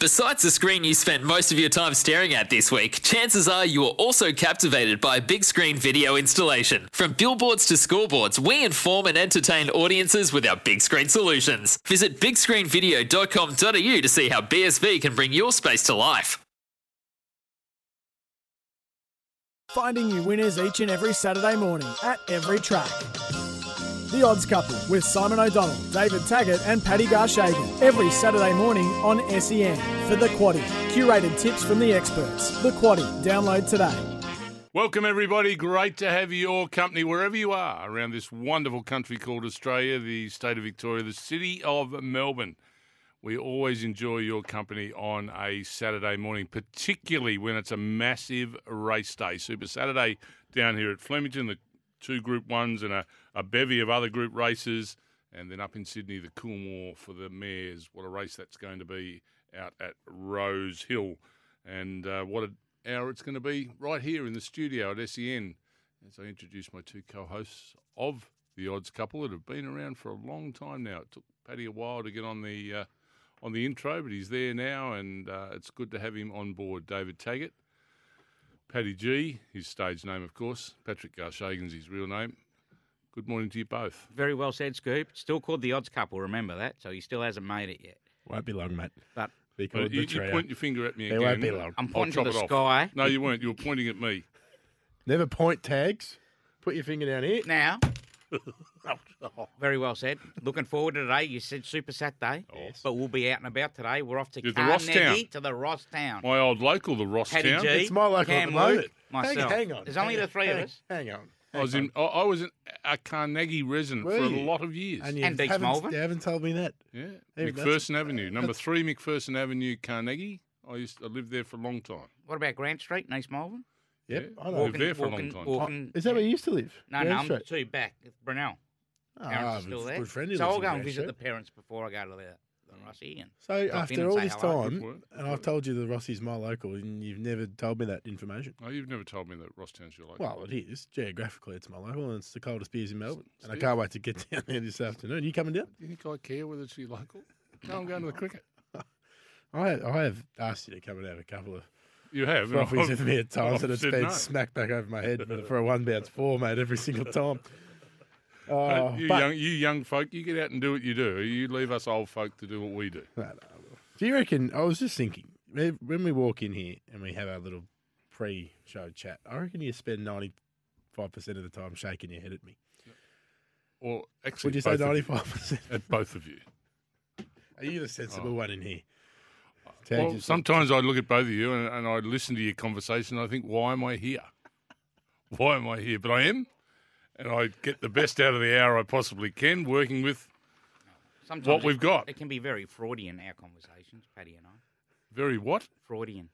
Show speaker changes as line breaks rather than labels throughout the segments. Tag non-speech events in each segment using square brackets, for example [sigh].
Besides the screen you spent most of your time staring at this week, chances are you were also captivated by a big screen video installation. From billboards to scoreboards, we inform and entertain audiences with our big screen solutions. Visit bigscreenvideo.com.au to see how BSV can bring your space to life.
Finding you winners each and every Saturday morning at every track. The Odds Couple with Simon O'Donnell, David Taggart, and Paddy Garshagan every Saturday morning on SEN for The Quaddy. Curated tips from the experts. The Quaddy. Download today.
Welcome, everybody. Great to have your company wherever you are around this wonderful country called Australia, the state of Victoria, the city of Melbourne. We always enjoy your company on a Saturday morning, particularly when it's a massive race day. Super Saturday down here at Flemington, the two Group 1s and a, a bevy of other group races. And then up in Sydney, the Coolmore for the Mares. What a race that's going to be out at Rose Hill. And uh, what an hour it's going to be right here in the studio at SEN as I introduce my two co hosts of The Odds Couple that have been around for a long time now. It took Paddy a while to get on the. Uh, on the intro, but he's there now, and uh, it's good to have him on board. David Taggart, Paddy G, his stage name, of course. Patrick Garshagan's his real name. Good morning to you both.
Very well said, Scoop. Still called the odds couple, remember that? So he still hasn't made it yet.
Won't be long, mate.
But
Be
Well,
called
you,
the
you
trio.
point your finger at me
They
again.
won't be long.
I'm
I'll
pointing
chop
to
it
the
off.
sky.
No, you weren't. You were pointing at me.
Never point tags. Put your finger down here.
[laughs]
now, very well said. Looking forward to today. You said Super Saturday, but we'll be out and about today. We're off to
To the
Carnegie
Rosstown.
to the Ross Town.
My old local, the Ross
Paddy
Town.
G.
It's my local
Cam
at the moment.
Luke, myself.
Hang, hang on.
There's only
hang
the three of
hang-
us.
Hang on.
I was in. I I was in a Carnegie resident
Were
for a
you?
lot of years.
you
And Deeks
haven't-
Mulvin.
You haven't told me that.
yeah,
Hey, that's-
McPherson Avenue, number three, McPherson Avenue, Carnegie. I used. I lived there for a long time.
What about Grant Street, in East Melbourne?
Yep.
Yeah.
I know. Oh,
Walking- there for a long time.
walking-
Is that where you used to live?
No,
Grand
no, I'm
Street?
two back. It's Brunel.
Ah,
Parents are
I've
still
got a
there.
Good friend who
so
lives
I'll
in
go and
Grand
visit
Street.
the parents before I go to the, the Rossi. And
So
drop in
after
and
all
say
this
hello.
Good
time,
work.
and I've told you the Rossi's my local, and you've never told me that information.
Oh, you've never told me that Ross Town's your local.
Well, it is geographically, it's my local, and it's the coldest beers in Melbourne. And I
Steve.
can't wait to get [laughs] down there this afternoon. You coming down?
Do you think I care whether it's your local? No, I'm going
[laughs]
to the cricket.
I I have asked you to come and have a couple of
You have. and
Trophies
I've-
with me at times,
I've
and it's
said
been
no.
smacked back over my head for- for a one bounce four, mate, every single time.
[laughs] [laughs] Uh,
Oh,
you,
but-
young, you young folk, you get out and do what you do. You leave us old folk to do what we do.
No, no, I will. do you reckon? I was just thinking when when we walk in here and we have our little pre-show chat. I reckon you spend ninety-five percent of the time shaking your head at me.
Or actually,
Would you say
both of
ninety-five percent?
At both of you.
Are you the sensible one in here?
Oh.
Tag
Uh, Well,
yourself.
sometimes I look at both of you and, and I listen to your conversation and I think, why am I here? [laughs] Why am I here? But I am, and I get the best out of the hour I possibly can working with
Sometimes
What
it-
we've got.
It can be very Freudian, our conversations, Paddy and I.
very what?
Freudian.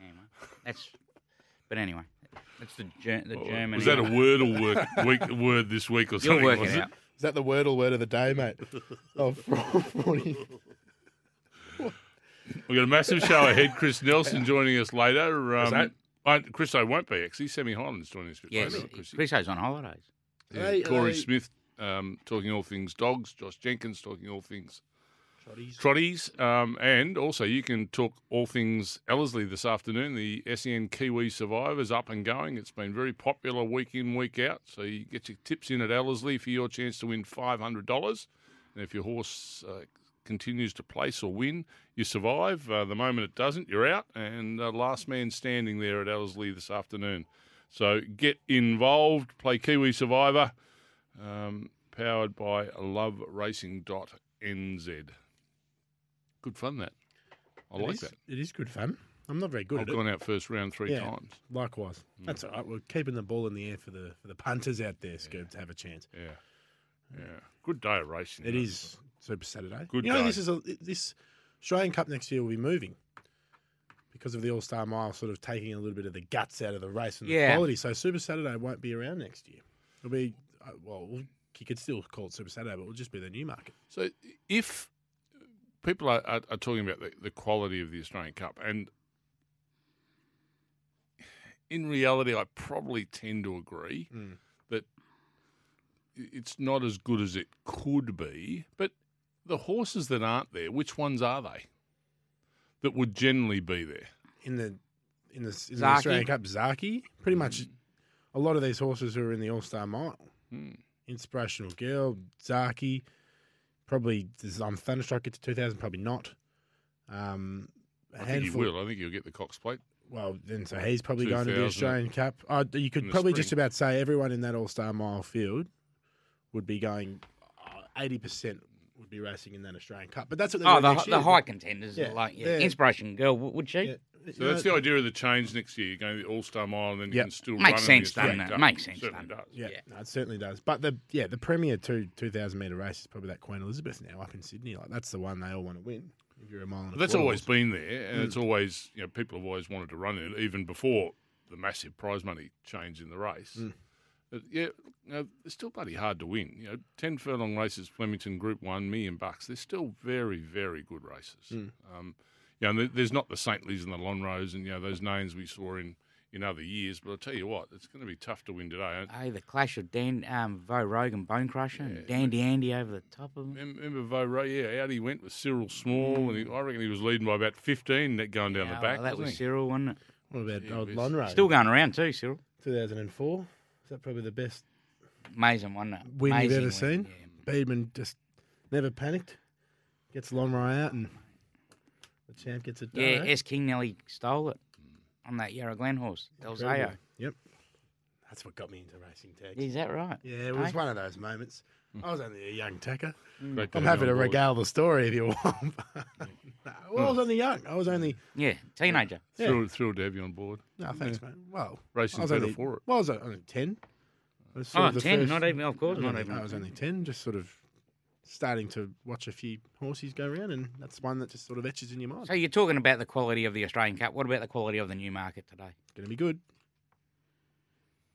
Anyway, that's. But anyway, that's the ger- the German.
Oh, Was that a word or work, week, [laughs] word this week or
You'll
something?
work
was
it out.
Is that the wordle word of the
[laughs]
day, mate? oh, [laughs] fro- frowny.
We've got a massive show ahead. Chris Nelson joining us later. Um,
that-
uh, Chris O won't be, actually. Sammy Highland's joining us a bit
Yes,
later. Chris,
Chriso's on holidays.
Yeah,
Hey,
Corey
hey.
Smith um, talking all things dogs. Josh Jenkins talking all things trotties. Um, and also, you can talk all things Ellerslie this afternoon. The SEN Kiwi Survivors up and going. It's been very popular week in, week out. So you get your tips in at Ellerslie for your chance to win $500. And if your horse uh, continues to place or win, you survive. Uh, the moment it doesn't, you're out. And uh, last man standing there at Ellerslie this afternoon. So get involved, play Kiwi Survivor, um, powered by loveracing.nz. Good fun, that. I
It
like
is-
that.
It is good fun. I'm not very good
I've
at it.
gone out first round three
Yeah.
times.
Likewise.
Mm.
That's all right. We're keeping the ball in the air for the for the punters out there, Scoop, to have a chance.
Yeah. Yeah. Good day of racing.
It
though.
is Super Saturday.
Good
you know,
day.
this is a, this Australian Cup next year will be moving because of the All Star Mile sort of taking a little bit of the guts out of the race and
Yeah.
the quality. So Super Saturday won't be around next year. It'll be uh, well, we'll- you could still call it Super Saturday, but it'll just be the new market.
So if people are, are, are talking about the, the quality of the Australian Cup, and in reality, I probably tend to agree
Mm.
that i- it's not as good as it could be. But the horses that aren't there, which ones are they? that would generally be there?
in the in the, in the
Zaki.
Australian Cup, Zaki.
Mm.
Pretty much a lot of these horses who are in the All Star Mile.
Hmm,
Inspirational Girl, Zaki. Probably does um, Thunderstruck get to two thousand? Probably not. Um, a
I think he
handful.
will. I think he'll get the Cox Plate.
Well, then so he's probably going to the
2000.
Australian Cup. Uh, you
In
could
the
probably just
spring.
about say everyone in that All Star Mile field would be going. uh, Eighty percent would be racing in that Australian Cup, but that's what they're
Ah,
Oh,
doing
the,
next
the
year.
high contenders,
Yeah,
like yeah.
yeah.
inspiration girl, w- would she?
Yeah.
So that's the idea of the change next year. You're going to the All Star Mile, and then you
Yep.
can still
Makes
run in the
sense, doesn't
Australian
it?
Cup.
Makes sense,
Certainly
doesn't it?
does.
Yeah,
Yeah.
no, it certainly does. But the yeah, the premier two two thousand meter race is probably that Queen Elizabeth now up in Sydney. Like that's the one they all want to win. If you're a mile, and a
But that's
quarter
always
horse.
been there, and
Hmm.
it's always you know people have always wanted to run in it, even before the massive prize money change in the race.
Hmm.
But yeah, you know, it's still bloody hard to win. You know, ten furlong races, Flemington Group One, million bucks. They're still very, very good races.
Hmm.
Um, you know, and there- there's not the Saintleys and the Lonros and you know those names we saw in in other years. But I'll tell you what, it's going to be tough to win today.
Oh, the clash of Dan, um, Vo Rogan Bone Crusher and Dandy Andy over the top of him.
Remember remember Vo Ray? Yeah, out he went with Cyril Small, and he, I reckon he was leading by about fifteen that going down
Hmm. Yeah,
the back.
well, that
wasn't
was
he?
Cyril, wasn't it?
What about old
was-
Lonro?
Still going around too, Cyril.
two thousand and four. Is that probably the best
Amazing, wasn't it?
win
Amazing
you've ever
win,
seen?
yeah.
Beedman just never panicked. Gets Lonro out, and the champ gets it done.
Yeah,
eh?
S. King nearly stole it
Hmm.
on that Yarra Glen horse, Delzeo.
Incredible. Yep, that's what got me into racing tags.
Is that right?
Yeah, it was
Hey?
one of those moments. I was only a young tacker.
Great to
I'm
have you on
happy to
board.
regale the story if you [laughs] want. well, I was only young. I was only.
Yeah, teenager.
Yeah.
Thrilled, thrilled to have you on board.
No, thanks, mate. Well,
Racing's
I was
better
only,
for it.
Well, I was only ten. I was sort
Oh,
of the
10,
first-
not even, of
I
course,
was,
not
only,
even.
I was only ten, just sort of starting to watch a few horses go round, and that's one that just sort of etches in your mind.
So you're talking about the quality of the Australian Cup. What about the quality of the new market today?
It's going to be good.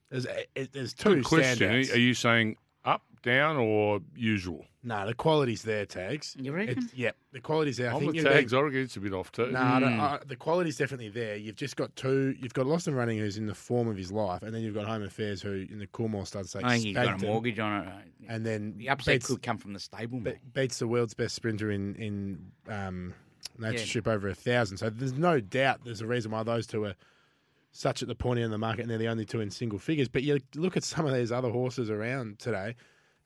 There's, eh, there's two
Question:
standouts.
Are you saying up, down, or usual?
no, the quality's there, tags.
You reckon?
It's- yep, the quality's there. I
On
think
the
it'll be-
tags, I reckon it's a bit off too.
No, I don't-
Hmm.
I- the quality's definitely there. You've just got two. You've got Lost and Running, who's in the form of his life, and then you've got Home Affairs, who in the Coolmore starts like
I think you've got
spanked
a
him,
mortgage on it. right?
and then
The upset
beats,
could come from the stable,
be-
mate.
beats the world's best sprinter in in um, Nature
Yeah.
Strip over a thousand. So there's no doubt there's a reason why those two are such at the point end of the market, and they're the only two in single figures. But you look at some of these other horses around today,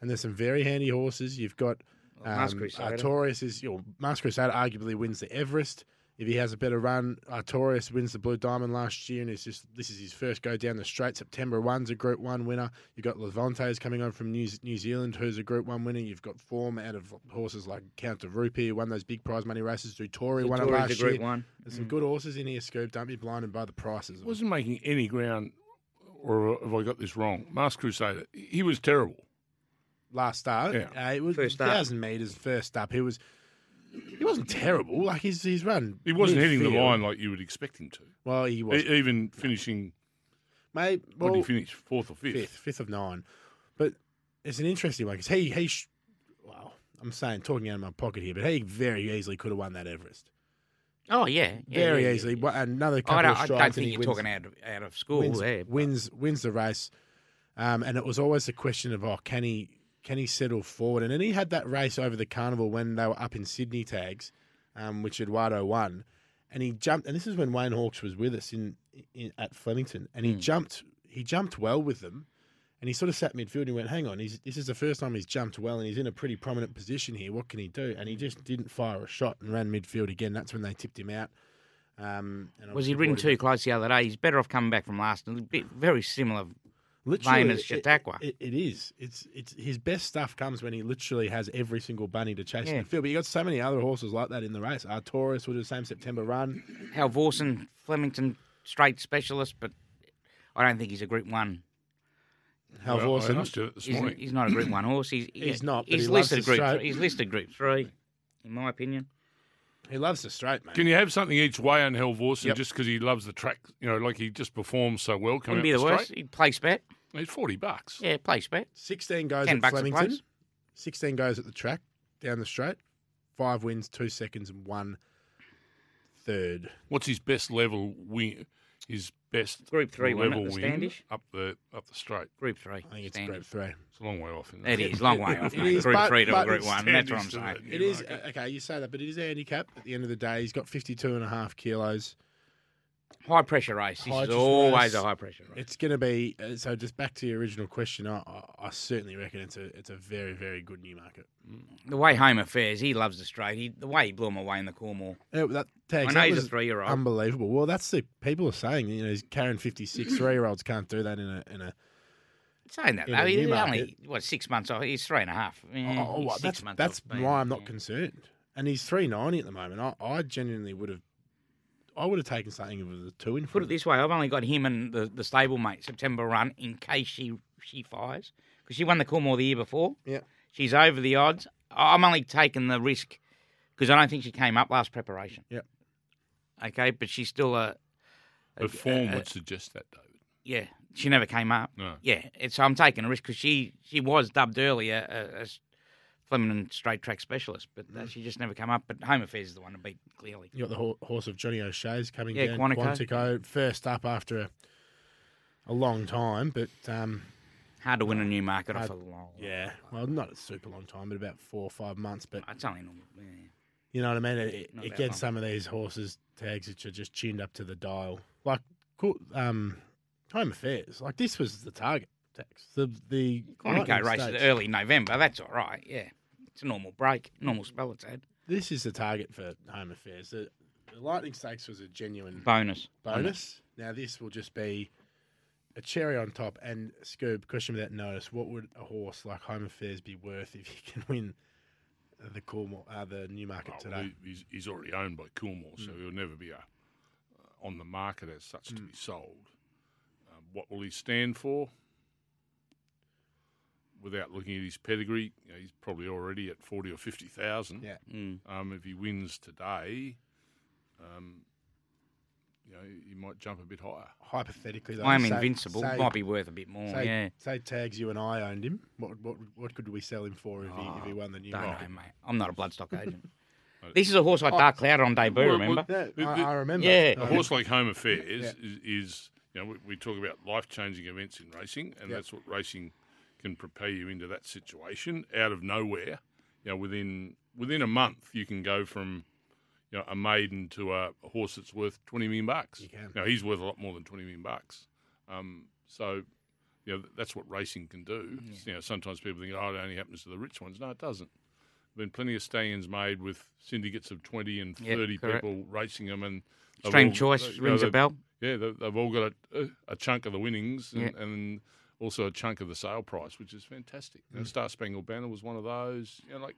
and there's some very handy horses. You've got um,
Mask Crusader.
Artorias is your Mask Crusader arguably wins the Everest. If he has a better run, Artorias wins the Blue Diamond last year, and it's just this is his first go down the straight. September one's a Group One winner. You've got Levante's coming on from New, New Zealand, who's a Group One winner. You've got form out of horses like Count of Rupee, who won those big prize money races. Dutori won it
Victoria's
last
a group
year.
one.
There's some good horses in here, Scoop. Don't be blinded by the prices.
He wasn't making any ground. Or have I got this wrong? Mask Crusader, he was terrible.
last start.
Yeah.
Uh, it was
First up.
thousand meters first up. He was he wasn't terrible. Like his his run.
He wasn't hitting the
midfield-
line like you would expect him to.
Well, he
E-
was.
Even finishing,
Mate,
what
well,
did he finish? Fourth or fifth?
fifth, fifth of nine. But it's an interesting one because he he. Sh- wow, I'm saying talking out of my pocket here, but he very easily could have won that Everest.
Oh, yeah. yeah,
very
yeah, yeah.
easily. What- Another couple
I don't,
of
I
strides.
don't
and
think
he
you're
wins-
talking out of, out of school
wins,
there.
wins wins the race, um, and it was always the question of oh can he can he settle forward? And then he had that race over the carnival when they were up in Sydney tags, um, which Eduardo won, and he jumped. And this is when Wayne Hawkes was with us in, in at Flemington, and
Hmm.
he jumped he jumped well with them. And he sort of sat midfield and he went, hang on, he's, this is the first time he's jumped well and he's in a pretty prominent position here. What can he do? And he just didn't fire a shot and ran midfield again. That's when they tipped him out. Um, and
Was he
obviously
ridden
brought him-
too close the other day? He's better off coming back from last. and a bit- Very similar.
literally,
Lame as
it-
Chautauqua.
It, it is. It's it's his best stuff comes when he literally has every single bunny to chase in
Yeah.
the field. But you got so many other horses like that in the race. Artoris will do the same September run.
Hal Vorson, Flemington straight specialist, but I don't think he's a Group One.
Hal
Well, I
Vorsen.
asked you that this
He's,
morning.
he's not a Group One horse. He's,
He's not, but
He's
he loves
listed
to
Group.
stroke.
Three. He's listed Group Three, in my opinion.
He loves the straight, man.
Can you have something each way on Helvorsen
Yep.
just because he loves the track? You know, like he just performs so well. Coming
Wouldn't
out
be the
straight?
worst. He'd place bet.
It's forty bucks.
Yeah, place bet.
16 goes
Ten
at
bucks a
Flemington.
place.
16 goes at the track, down the straight. Five wins, two seconds, and one third.
What's his best level win? his best
Group three win at
level
the Standish?
up the up the straight.
Group three.
I think it's
Standard.
group three.
It's a long way off. Isn't
It
[laughs]
is long way off,
It
mate.
is,
Group
but-
three to
but
a group
it's
one. That's what I'm
Standish to
saying.
that.
It
You
is
like
okay. You say that, but it is handicapped. At the end of the day, he's got 52 and a half kilos.
High pressure race. This
High
is
pressure race.
always a high pressure race.
It's going to be uh, so. Just back to your original question, I, I- I certainly reckon it's a it's a very very good new market.
The way Homer fares, he loves the straight. He, the way he blew him away in the Cornwall.
Yeah, that
I
tags,
know
that
he's a
was um,
three-year-old.
Unbelievable. Well, that's the people are saying. You know, he's carrying
Mm.
56 three year olds can't do that in a in a.
Saying that,
In
though,
the
he's
Newmarket.
only, what, six months off? He's three and a half. Eh,
oh,
he's
well,
six
that's
months
that's
off being-
why I'm not
yeah.
concerned. And he's 390 at the moment. I, I genuinely would have. I would have taken something of the two in
Put
front.
it this way, I've only got him and the, the stable mate September run in case she she fires because she won the Coolmore the year before.
Yeah.
she's over the odds. I'm only taking the risk because I don't think she came up last preparation.
Yep.
Okay, but she's still a
uh,
Her form would suggest that, David.
yeah. She never came up.
No.
Yeah, and so I'm taking a risk because she she was dubbed earlier a, a s- Flemington straight track specialist, but uh, she just never came up. But Home Affairs is the one to beat clearly.
You got the ho- horse of Johnny O'Shea's coming
Yeah,
down.
Quantico.
Quantico, first up after a, a long time, but um,
Hard to win a new market off a long.
yeah, well, not a super long time, but about four or five months. But
it's only normal. Yeah.
you know what I mean. It, it,
Not
it
that
gets
long.
some of these horses tags which are just tuned up to the dial, like cool, um, Home Affairs. Like this was the target tags. The the
Quantico
Lightning
races
Stakes.
early November. That's all right. Yeah, it's a normal break, normal spell it's had.
This is the target for Home Affairs. The, the Lightning Stakes was a genuine
Bonus.
bonus. Now this will just be a cherry on top. And Scoob, question without notice: What would a horse like Home Affairs be worth if he can win the Cornwall, uh, the Newmarket
Oh, well,
today? Mm.
he- he's, he's already owned by Coolmore, so he'll never be a, uh, on the market as such to be sold. Um, what will he stand for? Without looking at his pedigree, you know, he's probably already at forty or fifty thousand.
Yeah.
Mm.
Um, if he wins today, um, you know, he might jump a bit higher.
Hypothetically, though,
I am
say-
invincible.
say-
Might be worth a bit more.
Say,
yeah.
say tags you and I owned him. What what what could we sell him for if he if he won the
Ah, Don't
Newmarket?
know, mate. I'm not a
[laughs]
bloodstock agent. this is a horse I dark cloud on debut.
Well,
remember?
Oh. Yeah,
The-
I,
the-
I remember. Uh,
Yeah.
A
I-
horse like Home Affairs is, is, you know, we, we talk about life changing events in racing, and
Yep.
that's what racing can prepare you into that situation out of nowhere. You know, within within a month, you can go from you know a maiden to a, a horse that's worth twenty million bucks.
You can.
Now he's worth a lot more than twenty million bucks. Um, so. You know, that's what racing can do. You know, sometimes people think, "Oh, it only happens to the rich ones." No, it doesn't been plenty of stallions made with syndicates of 20 and
Yeah,
30
correct.
people racing them and they've
Extreme
all-
choice
you know,
rings a
they've-
bell.
yeah they- they've all got a, a chunk of the winnings and, and also a chunk of the sale price which is fantastic
Mm.
You know, star spangled banner was one of those you know like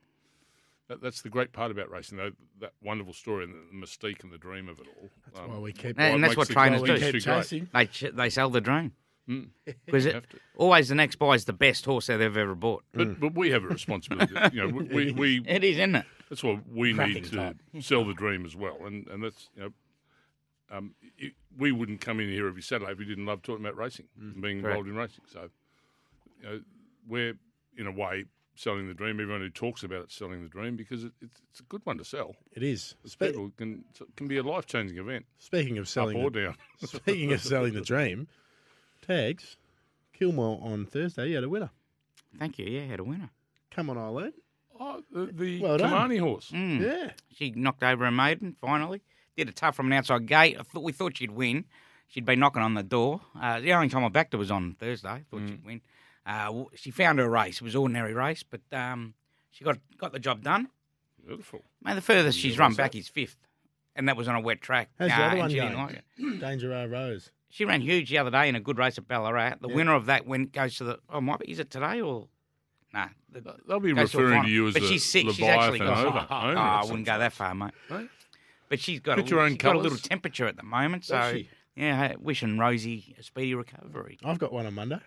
that, that's the great part about racing though that wonderful story and the mystique and the dream of it all that's
Well, we keep
And that's
makes
what
the
trainers
golf
do.
keep
industry great.
chasing.
They ch- they sell the dream Hmm.
Mm.
because
have to.
always the next buy is the best horse that they've ever bought.
But, but we have a responsibility. you
[laughs]
know, we, we, we
It is, isn't it?
That's why we
Cracking
need to
[laughs]
type.
sell the dream as well, and and that's you know, um, it, we wouldn't come in here every Saturday if we didn't love talking about racing and being
Mm, Correct.
involved in racing. So, you know, we're in a way selling the dream. Everyone who talks about it's selling the dream because it, it's, it's a good one to sell.
It is.
It's
Spe-
people can it can be a life changing event,
speaking of
up
selling,
or
the-
[laughs]
down.
[laughs] speaking of selling the dream, tags, Kilmore on Thursday. You had a winner.
Thank you. Yeah, had a winner.
Come on, Eileen.
Oh, the, the
Well done.
Kamani horse.
Mm.
Yeah.
She knocked over a maiden finally. Did it tough from an outside gate. I thought we thought she'd win. She'd been knocking on the door. Uh, the only time I backed her was on Thursday. I
Mm.
thought she'd win. Uh, w- she found her race. It was ordinary race, but um, she got got the job done.
Beautiful.
Man, the furthest she's run back is fifth, and that was on a wet track.
How's the
Uh,
other
and
one
she
going?
Didn't like it.
[clears throat] Danger R Rose.
She ran huge the other day in a good race at Ballarat. The winner of that went goes to the. Oh, might be, is it today or? Nah, the,
They'll be
goes to a
referring to
final.
you as
but
the
she's sick. She's
Leviathan
actually got. [laughs]
over.
Oh,
owner
I
at
wouldn't go that far, mate.
Right?
But she's got,
Pick
a,
your own
she's got a little
colours.
temperature at the moment,
Does
so
she?
yeah, wishing Rosie a speedy recovery.
I've got one on Monday.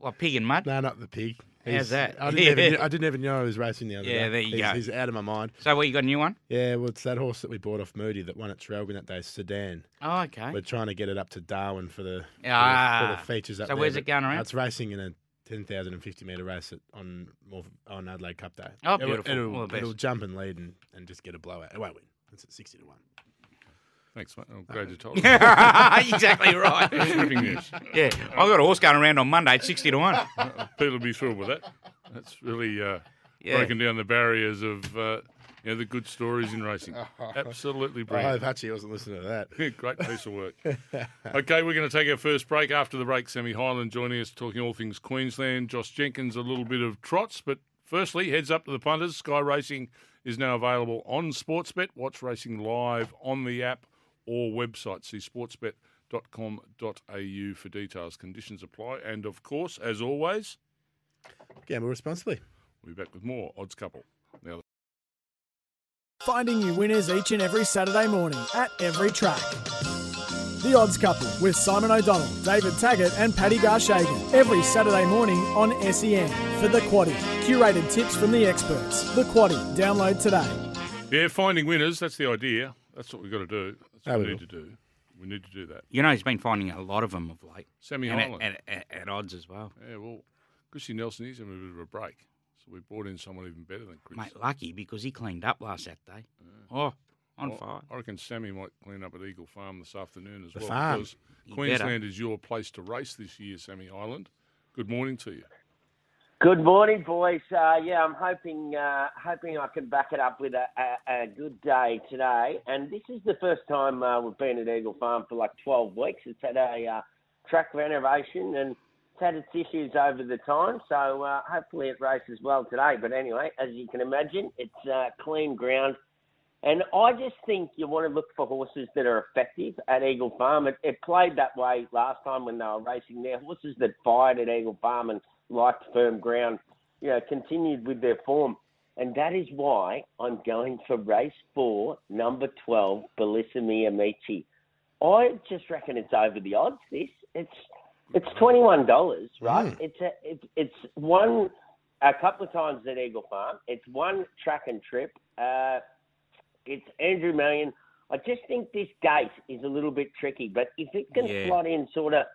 Like pig and mud.
No, not the pig.
How's that?
I
[laughs]
didn't, even, I didn't even know I was racing the other day.
Yeah, there you
he's,
go.
He's out of my mind.
So what you got a new one?
Yeah, well, it's that horse that we bought off Moody that won at Trelgan that day, Sedan.
Oh, okay.
We're trying to get it up to Darwin for the, for the- for, the,
Ah.
features up
So
there,
where's it
but
going around?
It's racing in a 10,050 metre race at, on Morf- on Adelaide Cup Day.
Oh,
It'll-
beautiful.
It'll,
All the best.
it'll jump and lead and, and just get a blowout. It won't win. It's at 60 to 1.
Thanks, mate. I'm glad you told
[laughs]
me.
exactly right. [laughs]
Ripping news.
Yeah, I got a horse going around on Monday at sixty to one.
People will be thrilled with that. That's really uh,
Yeah.
breaking down the barriers of uh, you know the good stories in racing. Absolutely
I
brilliant.
hope Hutchie wasn't listening to that.
[laughs]
[laughs]
Great piece of work. Okay, we're going to take our first break. After the break, Sammy Highland joining us talking all things Queensland. Josh Jenkins, a little bit of trots. But firstly, heads up to the punters. Sky Racing is now available on Sportsbet. Watch racing live on the app or website. See sportsbet.com.au for details. Conditions apply. And of course, as always,
Gamble responsibly.
we'll be back with more Odds Couple. Now,
Finding you winners each and every Saturday morning at every track. The Odds Couple with Simon O'Donnell, David Taggart, and Paddy Garshagen every Saturday morning on SEN for The Quaddy. Curated tips from the experts. The Quaddy. Download today.
yeah, finding winners. That's the idea. That's what we've got to do. That's
Oh,
what we
we
need to do. We need to do that.
You know, he's been finding a lot of them of late,
Sammy
and
Highland.
at, at, at, at odds as well.
Yeah, well, Chrissy Nelson is having a bit of a break. So we brought in someone even better than Chris.
Mate, lucky because he cleaned up last Saturday.
Mm.
Oh, on
Well,
fire.
I reckon Sammy might clean up at Eagle Farm this afternoon as
The
well.
farm.
Because
You
Queensland is your place to race this year, Sammy Island. Good morning to you.
Good morning, boys. Uh, yeah, I'm hoping uh, hoping I can back it up with a, a, a good day today. And this is the first time uh, we've been at Eagle Farm for like 12 weeks. It's had a uh, track renovation and it's had its issues over the time. So uh, hopefully it races well today. But anyway, as you can imagine, it's uh, clean ground. And I just think you want to look for horses that are effective at Eagle Farm. It, it played that way last time when they were racing there. Horses that fired at Eagle Farm and liked firm ground, you know, continued with their form. And that is why I'm going for race four, number 12, Bellissimi Amici. I just reckon it's over the odds. This it's it's twenty one dollars, right? It's a it's it's one a couple of times at Eagle Farm. It's one track and trip. Uh, it's Andrew Million. I just think this gate is a little bit tricky, but if it can
Yeah.
slot in sort of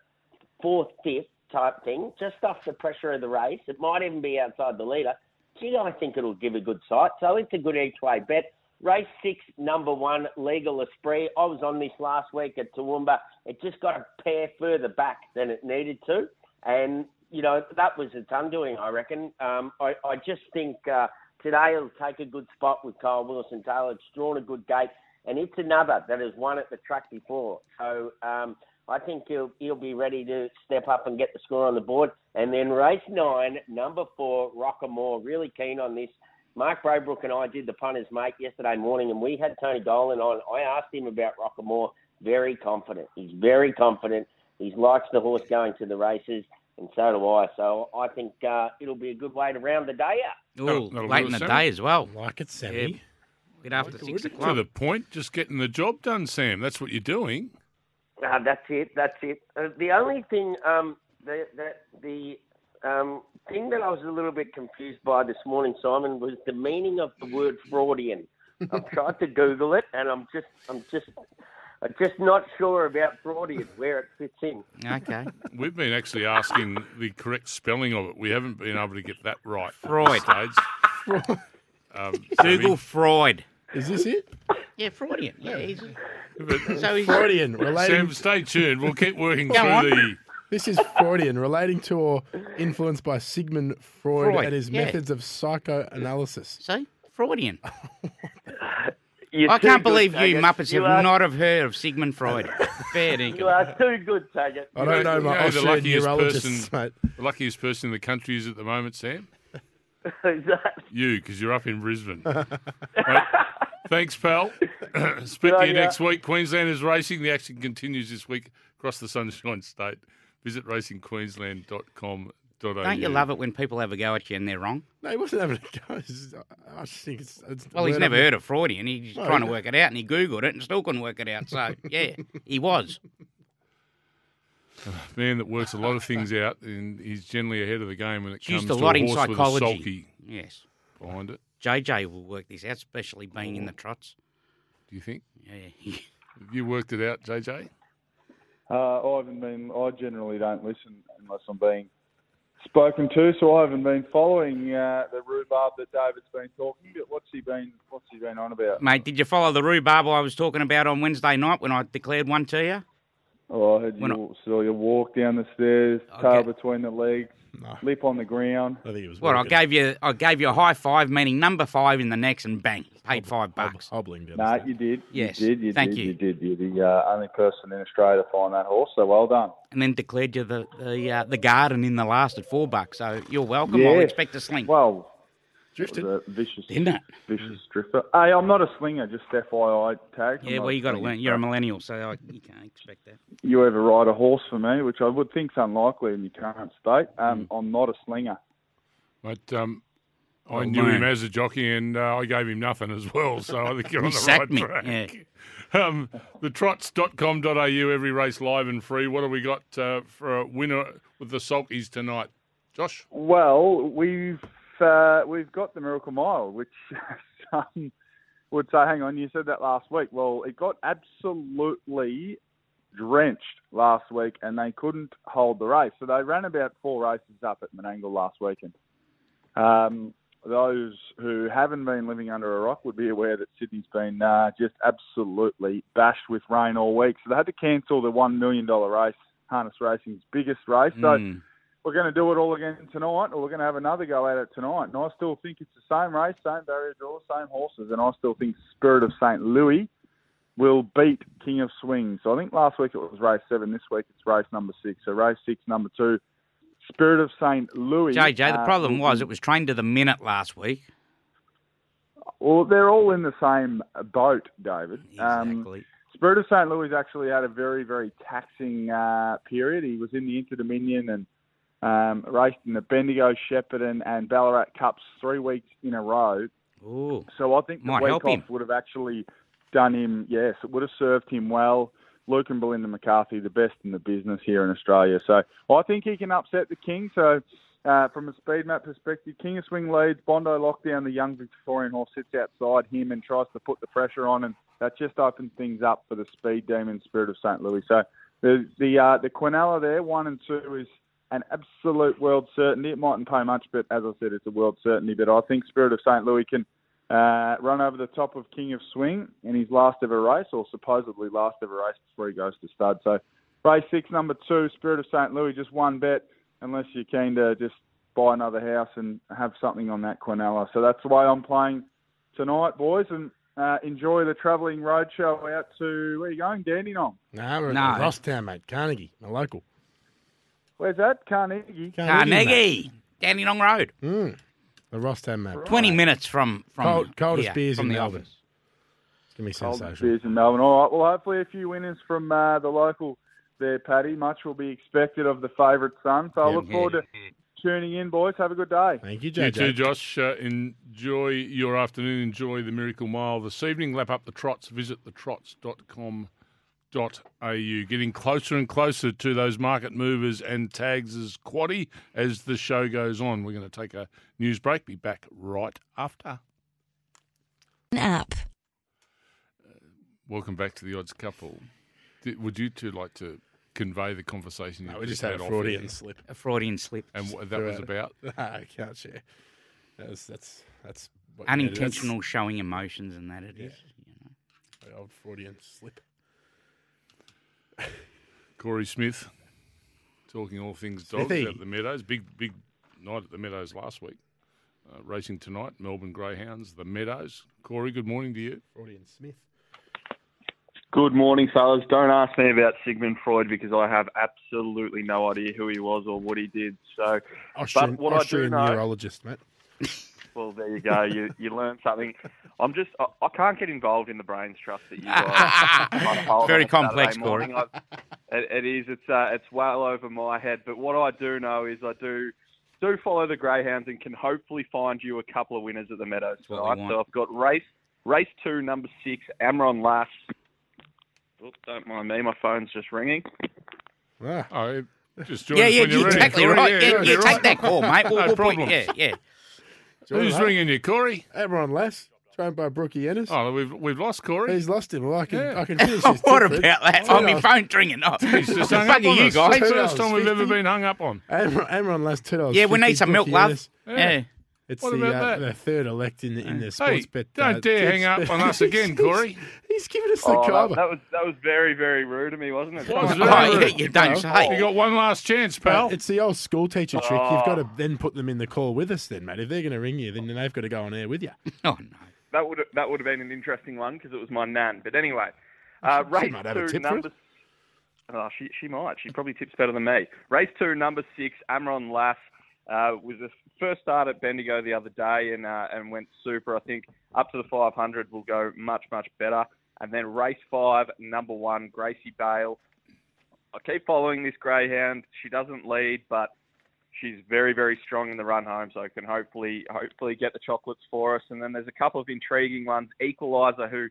fourth, fifth type thing, just off the pressure of the race, it might even be outside the leader. Gee, I think it'll give a good sight. So it's a good each way bet. Race six, number one, Legal Esprit. I was on this last week at Toowoomba. It just got a pair further back than it needed to. And, you know, that was its undoing, I reckon. Um, I, I just think uh, today it'll take a good spot with Kyle Wilson Taylor. It's drawn a good gate. And it's another that has won at the track before. So um, I think he'll, he'll be ready to step up and get the score on the board. And then race nine, number four, Rockamore. Really keen on this. Mark Braybrook and I did the punters, mate, yesterday morning, and we had Tony Dolan on. I asked him about Rockamore. Very confident. He's very confident. He likes the horse going to the races, and so do I. So I think uh, it'll be a good way to round the day out.
Ooh,
Not a
late in the
little
day as well.
Like it, Sammy.
Yeah. Bit after six
To the
o'clock.
point, just getting the job done, Sam. That's what you're doing.
Uh, that's it. That's it. Uh, the only thing, um, the the, the um, thing that I was a little bit confused by this morning, Simon, was the meaning of the word Freudian. I've tried to Google it, and I'm just, I'm just, I'm just not sure about Freudian where it fits in.
Okay.
We've been actually asking the correct spelling of it. We haven't been able to get that right.
Freud.
At this stage. Um,
Google
Sammy,
Freud.
Is this it?
Yeah, Freudian. Yeah, he's,
but-
so he's
[laughs] Freudian relating.
Sam, stay tuned. We'll keep working
[laughs] Go
through
on.
the.
This is Freudian relating to or influenced by Sigmund Freud,
Freud,
and his
yeah.
methods of psychoanalysis.
so Freudian.
You're
I
too
can't
good,
believe you
Taggart.
Muppets
You
have
are,
not have heard of Sigmund Freud. Fair
You
dinkum.
are too good, Taggart. [laughs]
I don't know,
You
my
know the
Australian
luckiest
neurologists,
person-
mate.
The luckiest person in the country is at the moment, Sam? You, because you're up in Brisbane. Mate,
[laughs]
thanks, pal. [clears throat] Speak to you
Yeah.
next week. Queensland is racing. The action continues this week across the Sunshine State. Visit racingqueensland.com.au.
Don't you love it when people have a go at you and they're wrong?
No, he wasn't having a go. It's just- I just think it's. it's
Well, he's
word
never
of-
heard of Freudian. He's
Well,
trying to
yeah.
work it out, and he Googled it and still couldn't work it out. So, yeah, he was.
Man that works a lot of things out, and he's generally ahead of the game when it
It's used
comes
a
to
lot
a
in
horse with a sulky
psychology. Yes.
behind it.
JJ will work this out, especially being in the trots.
Do you think?
Yeah. [laughs]
Have you worked it out, JJ?
Uh, I haven't been. I generally don't listen unless I'm being spoken to, so I haven't been following uh, the rhubarb that David's been talking. But what's he been? What's he been on about?
Mate, did you follow the rhubarb I was talking about on Wednesday night when I declared one to you?
Oh, I heard
When
you saw you walk down the stairs,
Okay.
tail between the legs,
No.
lip on the ground.
I think it was.
Well, I
Walker.
gave you I gave you a high five, meaning number five in the next, and bang, paid five
Hob-
bucks.
Hobbling down.
No,
the
you
stairs.
did.
Yes.
You did. You
Thank
did.
you.
did. You're the uh, only person in Australia to find that horse. So well done.
and then declared you the the, uh, the garden in the last at four bucks. So you're welcome. I'll
Yes.
expect a sling.
Well, it
drifted.
was a vicious,
Didn't it?
vicious drifter. Hey, I'm not a slinger. Just FYI, tag. I'm
yeah,
not
well,
a
you got to
slinger.
learn. You're a millennial, so I, you can't expect that.
You ever ride a horse for me, which I would think's unlikely in your current state. Um, I'm not a slinger.
But um, I
Well,
knew him
learn.
as a jockey, and uh, I gave him nothing as well. So I think you're on
He
the right
sacked me,
track. [laughs] Um, the trots.com.au, every race live and free. What have we got uh, for a winner with the Sulkies tonight? Josh?
Well, we've uh, we've got the Miracle Mile, which [laughs] some would say, "Hang on, you said that last week." Well, it got absolutely drenched last week, and they couldn't hold the race. So they ran about four races up at Menangle last weekend. Um, those who haven't been living under a rock would be aware that Sydney's been uh, just absolutely bashed with rain all week. So they had to cancel the one million dollar race, harness racing's biggest race. [laughs] So
Mm.
we're going to do it all again tonight, or we're going to have another go at it tonight. And I still think it's the same race, same barrier draw, same horses, and I still think Spirit of St. Louis will beat King of Swings. I think last week it was race seven, this week it's race number six. So race six, number two, Spirit of St. Louis.
JJ, the
uh,
problem
will
was
be-
it was trained to the minute last week.
Well, they're all in the same boat, David. Um,
Exactly.
Spirit of St. Louis actually had a very, very taxing uh, period. He was in the Inter Dominion and um, raced in the Bendigo, Shepparton, and Ballarat Cups three weeks in a row.
Ooh.
So I think the
Might
week
help
off
him.
would have actually done him, yes, it would have served him well. Luke and Belinda McCarthy, the best in the business here in Australia. So I think he can upset the King. So uh, from a speed map perspective, King of Swing leads, Bondo Lockdown, the young Victorian horse sits outside him and tries to put the pressure on, and that just opens things up for the speed demon Spirit of St. Louis. So the the uh, the Quinella there, one and two is an absolute world certainty. It mightn't pay much, but as I said, it's a world certainty. But I think Spirit of St. Louis can uh, run over the top of King of Swing in his last ever race, or supposedly last ever race before he goes to stud. So, race six, number two, Spirit of St. Louis, just one bet, unless you're keen to just buy another house and have something on that Quinella. So that's the way I'm playing tonight, boys, and uh, enjoy the travelling roadshow out to where are you going, Dandenong?
No, we're in
No.
Rosstown, mate. Carnegie, my local.
Where's that? Carnegie.
mate.
Carnegie, Dandenong Road,
Mm. The Rosstown, mate. It's
twenty minutes from from
Cold- coldest
here,
beers
from
in
the
Melbourne.
office.
gonna be
Cold
sensational.
beers in Melbourne. All right. Well, hopefully a few winners from uh, the local there, Paddy. Much will be expected of the favourite son. So I
Yeah.
look forward to tuning in, boys. Have a good day.
Thank you,
You too,
JJ.
Josh. Uh, enjoy your afternoon. Enjoy the Miracle Mile this evening. Lap up the trots. Visit thetrots.com.au. Getting closer and closer to those market movers and tags as quaddy as the show goes on. We're going to take a news break. Be back right after.
app.
Welcome back to the Odds Couple. D- Would you two like to convey the conversation? you
No, we just
had
had a
off
Freudian
air?
slip. [laughs]
A Freudian slip.
And what that was about?
I can't share. That was, that's that's what-
Unintentional showing emotions, and that it is.
That's an old Freudian slip.
Corey Smith talking all things dogs
Smithy.
out at the Meadows. Big, big night at the Meadows last week. Uh, racing tonight, Melbourne Greyhounds, the Meadows. Corey, good morning to you.
Freudian Smith.
Good morning, fellas. Don't ask me about Sigmund Freud because I have absolutely no idea who he was or what he did. So,
Austrian,
what I do
Austrian
know-
neurologist, mate.
well, there you go. You you learn something. I'm just I, I can't get involved in the brains trust that you guys. try to hold
Very
on a Saturday
complex, Corey.
morning. I've- [laughs] It, it is. It's uh, it's well over my head. But what I do know is I do do follow the greyhounds and can hopefully find you a couple of winners at the Meadows
That's what we
tonight.
want.
So I've got race race two, number six, Amron Lass. Oop, don't mind me. My phone's just ringing.
Ah,
Oh, just join
Yeah,
us
yeah,
when you're
you're
ready.
exactly
Corey.
right.
Yeah,
Yeah,
yeah,
yeah,
you're
take
right.
that call,
[laughs]
mate. We'll,
No
we'll point-
problem.
yeah, yeah.
join
Who's
us.
ringing you, Corey?
Everyone less. Trained by Brookie Ennis.
Oh, we've we've lost Corey.
He's lost him. Well, I can,
Yeah.
I can finish
Oh,
this.
[laughs] what
tip, Oh,
about
Fred.
that?
Who
On my
knows?
phone ringing Oh. off.
He's just hung up
Fucking
on
you
us. It's
guys.
the
Who
first time we've
knows?
ever been hung up on.
Amron, Amron last two dollars.
Yeah, we need some milk, love. Yeah.
It's
What
the,
about
uh,
that?
the third elect in the in the sports
Hey,
bet. uh,
don't dare hang
tips.
up
[laughs]
on us again, Corey.
He's giving us the
Oh, that,
cover.
that was that was very very rude of me, wasn't
[laughs]
it?
What was
Oh,
that?
yeah, you don't
You
say.
got one last chance, pal.
Mate, it's the old school teacher trick. You've got to then put them in the call with us, then, mate. If they're going to ring you, then they've got to go on air with you.
Oh, no.
That would that would have been an interesting one because it was my nan. But anyway, uh,
Oh, She- she
race
might have a
two
tip for us.
number. Oh, she she might. She probably tips better than me. Race two number six. Amron Lass uh, was the first start at Bendigo the other day and uh, and went super. I think up to the 500 will go much much better. And then race five number one Gracie Bale. I keep following this greyhound. She doesn't lead, but she's very very strong in the run home, so can hopefully hopefully get the chocolates for us. And then there's a couple of intriguing ones. Equalizer, who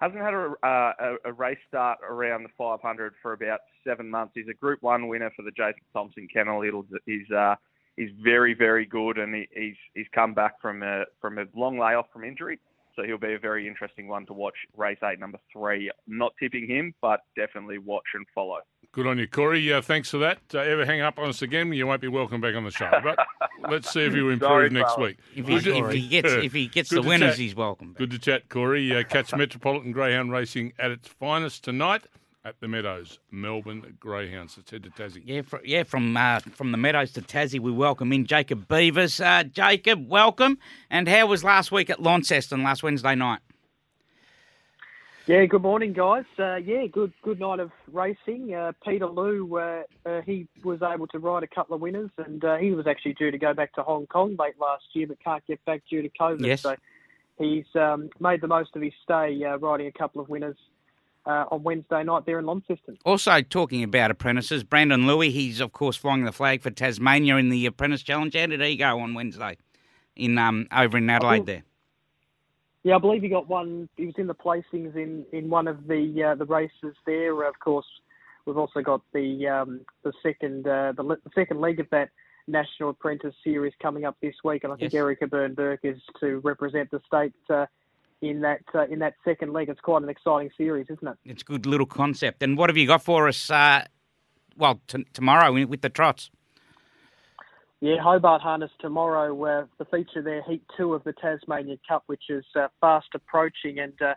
hasn't had a, uh, a, a race start around the 500 for about seven months. He's a Group One winner for the Jason Thompson Kennel. It'll, he's uh, he's very very good, and he, he's he's come back from a from a long layoff from injury. So he'll be a very interesting one to watch. Race eight, number three. Not tipping him, but definitely watch and follow.
Good on you, Corey. Uh, thanks for that. Uh, ever hang up on us again, you won't be welcome back on the show.
[laughs]
But let's see if you
Sorry,
improve next
fellas.
week.
If he,
Good to-
if he gets if he gets
Good
the
to
winners,
chat.
he's welcome. back.
Good to chat, Corey. Uh, catch [laughs] Metropolitan Greyhound Racing at its finest tonight at the Meadows, Melbourne Greyhounds. Let's head to Tassie.
Yeah, fr- yeah. From uh, from the meadows to Tassie, we welcome in Jacob Beavers. Uh, Jacob, welcome. And how was last week at Launceston last Wednesday night?
Yeah, good morning, guys. Uh, yeah, good good night of racing. Uh, Peter Liu, uh, uh, he was able to ride a couple of winners, and uh, he was actually due to go back to Hong Kong late last year, but can't get back due to COVID.
Yes.
So he's um, made the most of his stay, uh, riding a couple of winners uh, on Wednesday night there in Launceston.
Also, talking about apprentices, Brandon Louis, he's of course flying the flag for Tasmania in the Apprentice Challenge. How did he go on Wednesday? In um over in Adelaide there.
Yeah, I believe he got one. He was in the placings in, in one of the uh, the races there. Uh, Of course, we've also got the um, the second uh, the, le- the second leg of that National Apprentice Series coming up this week, and I think
Yes.
Erica Byrne Burke is to represent the state uh, in that uh, in that second leg. It's quite an exciting series, isn't it?
It's a good little concept. And what have you got for us? Uh, well, t- tomorrow with the trots.
Yeah, Hobart Harness tomorrow. Uh, the feature there, Heat Two of the Tasmania Cup, which is uh, fast approaching, and uh,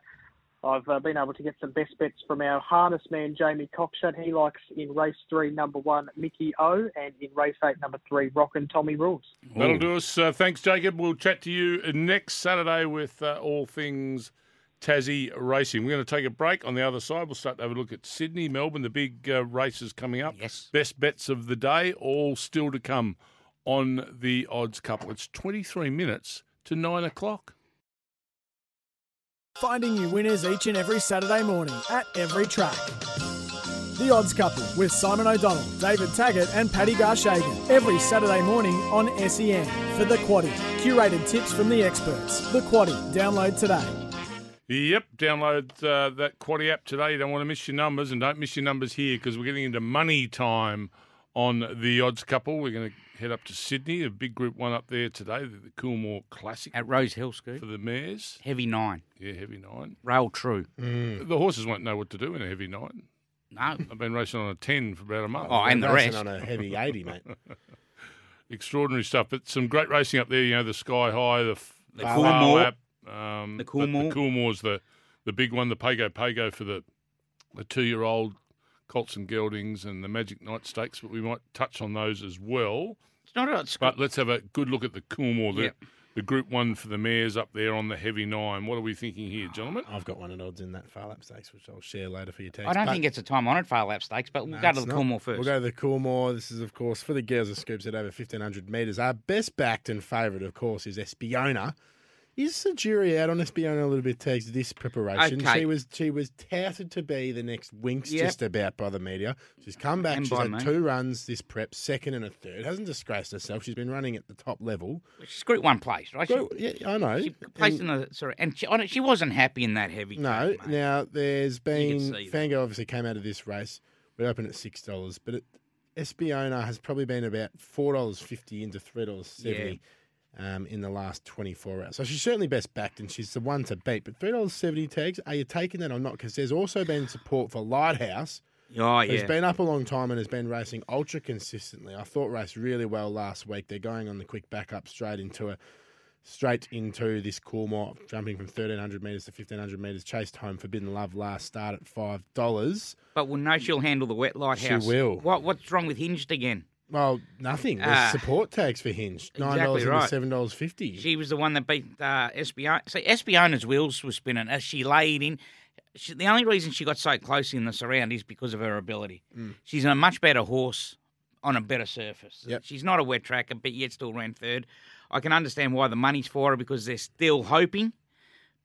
I've uh, been able to get some best bets from our harness man Jamie Cockshut. He likes in race three, number one, Mickey O, and in race eight, number three, Rockin' Tommy Rules.
That'll do us. Uh, thanks, Jacob. We'll chat to you next Saturday with uh, all things Tassie racing. We're going to take a break. On the other side, we'll start to have a look at Sydney, Melbourne, the big uh, races coming up.
Yes.
Best bets of the day, all still to come on the odds couple. It's 23 minutes to nine o'clock.
Finding you winners each and every Saturday morning at every track. The Odds Couple with Simon O'Donnell, David Taggart, and Paddy Garshagen every Saturday morning on SEN for The Quaddy. Curated tips from the experts. The Quaddy. Download today.
Yep, download uh, that Quaddy app today. You don't want to miss your numbers, and don't miss your numbers here because we're getting into money time on the odds couple. We're going to head up to Sydney, a big group one up there today, the the Coolmore Classic
At Rose Hill Scoop.
for the mares.
Heavy nine.
Yeah, heavy nine.
Rail true.
The horses won't know what to do in a heavy nine.
[laughs]
No.
I've been racing on a 10 for about a month.
Oh, and the
Racing
rest.
on a heavy eighty, mate.
Extraordinary stuff, but some great racing up there. You know, the Sky High, the, f-
The
Faro
Coolmore.
app, um,
The
but The,
Coolmore.
Coolmore's the, the big one, the Pago Pago for the, the two year old Colts and Geldings and the Magic Night Stakes, but we might touch on those as well.
It's not a, it's
But let's have a good look at the Coolmore, the,
Yep.
the Group 1 for the Mares up there on the Heavy Nine. What are we thinking here, gentlemen?
I've got one at odds in that far lap stakes, which I'll share later for your text.
I don't
But-
think it's a time honoured far lap stakes, but we'll
No,
go to
it's
the
not.
Coolmore first.
We'll go to the Coolmore. This is, of course, for the girls of scoops at over 1,500 metres. Our best backed and favourite, of course, is Espiona. Is the jury out on Espiona a little bit, takes this preparation?
Okay.
She was she was touted to be the next Winks
Yep.
just about by the media. She's come back.
And
She's
by
had
me.
two runs this prep, second and a third. Hasn't disgraced herself. She's been running at the top level.
She's Group One place, right?
Go- yeah, I know.
she, she placed in the sorry, and she, on it- she wasn't happy in that heavy.
No.
track, mate.
Now there's been
see that.
Fango obviously came out of this race. We open at six dollars, but it, Espiona has probably been about four dollars fifty into three dollars seventy. um, in the last 24 hours. So she's certainly best backed and she's the one to beat. But $3.70 tags, are you taking that or not? Because there's also been support for Lighthouse.
Oh,
Who's
yeah.
been up a long time and has been racing ultra consistently. I thought raced really well last week. They're going on the quick back up straight into a straight into this Coolmore, jumping from 1300 metres to 1500 metres, chased home Forbidden Love last start at $5.
But we'll know she'll handle the wet lighthouse.
will.
What, what's wrong with Hinged again?
Well, nothing. There's
Ah.
support tags for Hinge. $9
Exactly
into
right.
$7.50.
She was the one that beat uh, Espiona. See, Espiona's wheels were spinning as she laid in. She, the only reason she got so close in the surround is because of her ability.
Mm.
She's a much better horse on a better surface.
Yep.
She's not a wet tracker, but yet still ran third. I can understand why the money's for her because they're still hoping.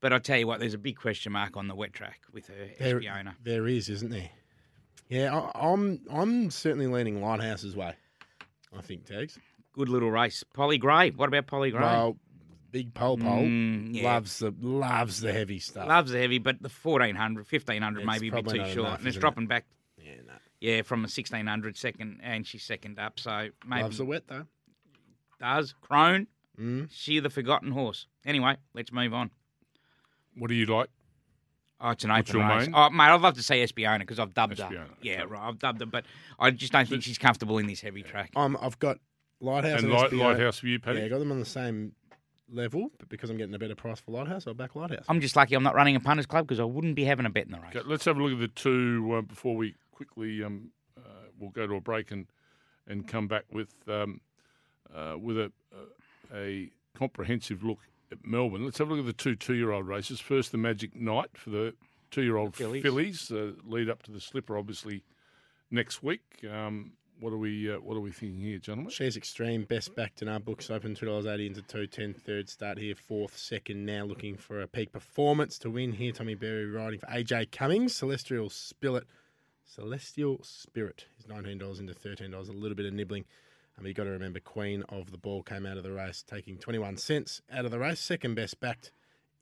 But I tell you what, there's a big question mark on the wet track with her
There-
Espiona.
there is, isn't there? Yeah, I, I'm I'm certainly leaning Lighthouse's way. I think tags.
Good little race. Polly Gray. What about Polly Gray?
Well, big pole pole
Mm, yeah.
loves the loves the heavy stuff.
Loves the heavy, but the 1400, 1500
It's
maybe a bit too
probably not
short.
enough,
and it's
isn't it?
dropping back
yeah, no.
Yeah, from a 1600 second, and she's second up. So maybe
loves the wet though.
does Crone
Mm.
she the forgotten horse? Anyway, let's move on.
What do you like?
Oh, it's an
What's
open
your
race.
main?
Oh, mate, I'd love to say Espiona because I've dubbed her.
Espiona,
Yeah,
okay.
right, I've dubbed her, but I just don't think she's comfortable in this heavy track.
Um, I've got Lighthouse
And
and,
light,
SBO.
Lighthouse for you, Paddy?
Yeah, I got them on the same level, but because I'm getting a better price for Lighthouse, I'll back Lighthouse.
I'm just lucky I'm not running a punters club because I wouldn't be having a bet in the race.
Okay, let's have a look at the two uh, before we quickly. Um, uh, we'll go to a break and and come back with um, uh, with a, a a comprehensive look at Melbourne. Let's have a look at the two two year old races. First, the Magic Night for the two year old
Fillies.
fillies, uh, lead up to the Slipper, obviously next week. Um, what are we uh, What are we thinking here, gentlemen?
She's extreme, best backed in our books. Open two dollars eighty into two ten. Third start here, fourth, second. Now looking for a peak performance to win here. Tommy Berry riding for AJ Cummings. Celestial Spirit, Celestial Spirit is nineteen dollars into thirteen dollars. A little bit of nibbling. Um, you got to remember, Queen of the Ball came out of the race, taking twenty one cents out of the race. Second best backed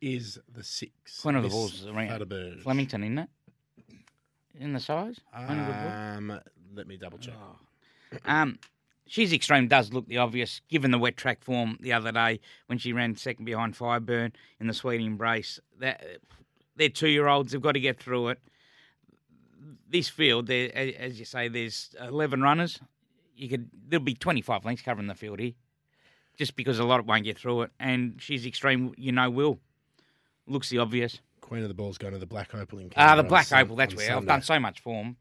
is the six.
Queen of the
Miss
Bulls is around
Futterberg.
Flemington, isn't it? In the size? Queen of the Oh. Bulls?
Um, let me double check.
Um, she's extreme does look the obvious, given the wet track form the other day when she ran second behind Fireburn in the Sweet Embrace. That they're two year olds; they've got to get through it. This field, there, a- as you say, there's eleven runners. You could there'll be twenty five lengths covering the field here, just because a lot won't get through it. And she's extreme, you know, will looks the obvious.
Queen of the Bulls going to the Black Opal in
Ah,
Canberra
the
on
Black
Sun-
Opal. That's
on
where I've
Sunday.
done so much form.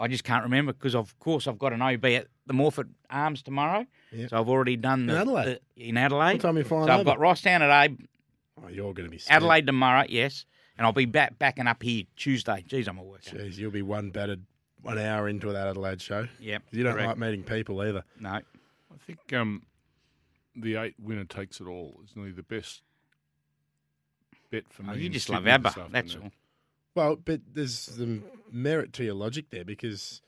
I just can't remember because, of course, I've got an OB at the Morford Arms tomorrow.
Yep.
So I've already done the,
In Adelaide?
the- in Adelaide.
What time are you flying
so I've
over?
got Rosstown at Abe,
Oh, you're going to be Adelaide.
Adelaide tomorrow. Yes, and I'll be back backing up here Tuesday. Jeez, I'm a worker.
Jeez, you'll be one battered one hour into that Adelaide show.
Yep,
You don't
correct.
like meeting people either.
No,
I think um, the eight winner takes it all. It's nearly the best bet for me.
Oh,
in
you just
Sydney
love
this
ABBA. That's
afternoon.
all.
Well, but there's some merit to your logic there because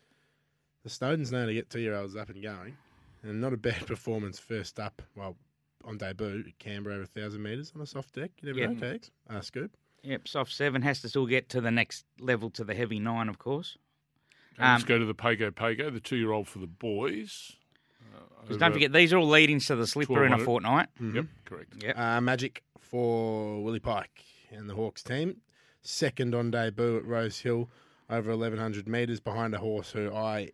the Snowden's known to get two year olds up and going, and not a bad [laughs] performance first up. Well, on debut, at Canberra over thousand metres on a soft deck. You never
Yeah.
know, Tags. Uh, scoop.
Yep, soft seven has to still get to the next level to the heavy nine, of course.
Okay, let's
Um,
go to the Pago Pago, the two year old for the boys. Uh,
Because don't
Over-
forget, these are all leadings to the slipper in a
1200.
fortnight.
Yep, correct.
Yep.
Uh, magic for Willie Pike and the Hawks team. Second on debut at Rose Hill, over 1,100 metres behind a horse who I,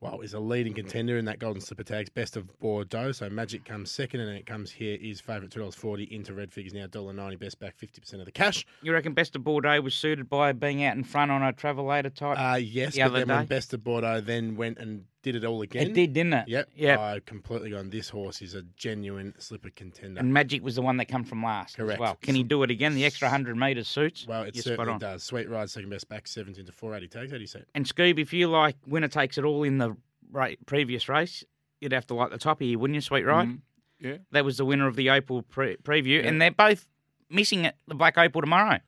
well, is a leading contender in that Golden Slipper Tags Best of Bordeaux. So Magic comes second, and then it comes here is favourite $2.40 into red figures now, $1.90 best back, 50% of the cash.
You reckon Best of Bordeaux was suited by being out in front on a travelator type?
Uh, yes,
The
but
other
then when
day?
Best of Bordeaux then went and did it all again.
it did, didn't it?
Yep. Oh,
Yep.
I completely gone. This horse is a genuine slipper contender.
And Magic was the one that come from last. As
Correct.
well, can he do it again? The extra hundred meters suits.
well, it
You're spot
certainly
on.
does. Sweet ride, second best back, 17 to 480 tags, 80 cents.
And Scoob, if you like winner takes it all in the ra- previous race, you'd have to like the top here, wouldn't you, sweet right?
Mhm.
Mm-hmm.
Yeah.
That was the winner of the Opal pre- preview, and they're both missing it, the Black Opal tomorrow.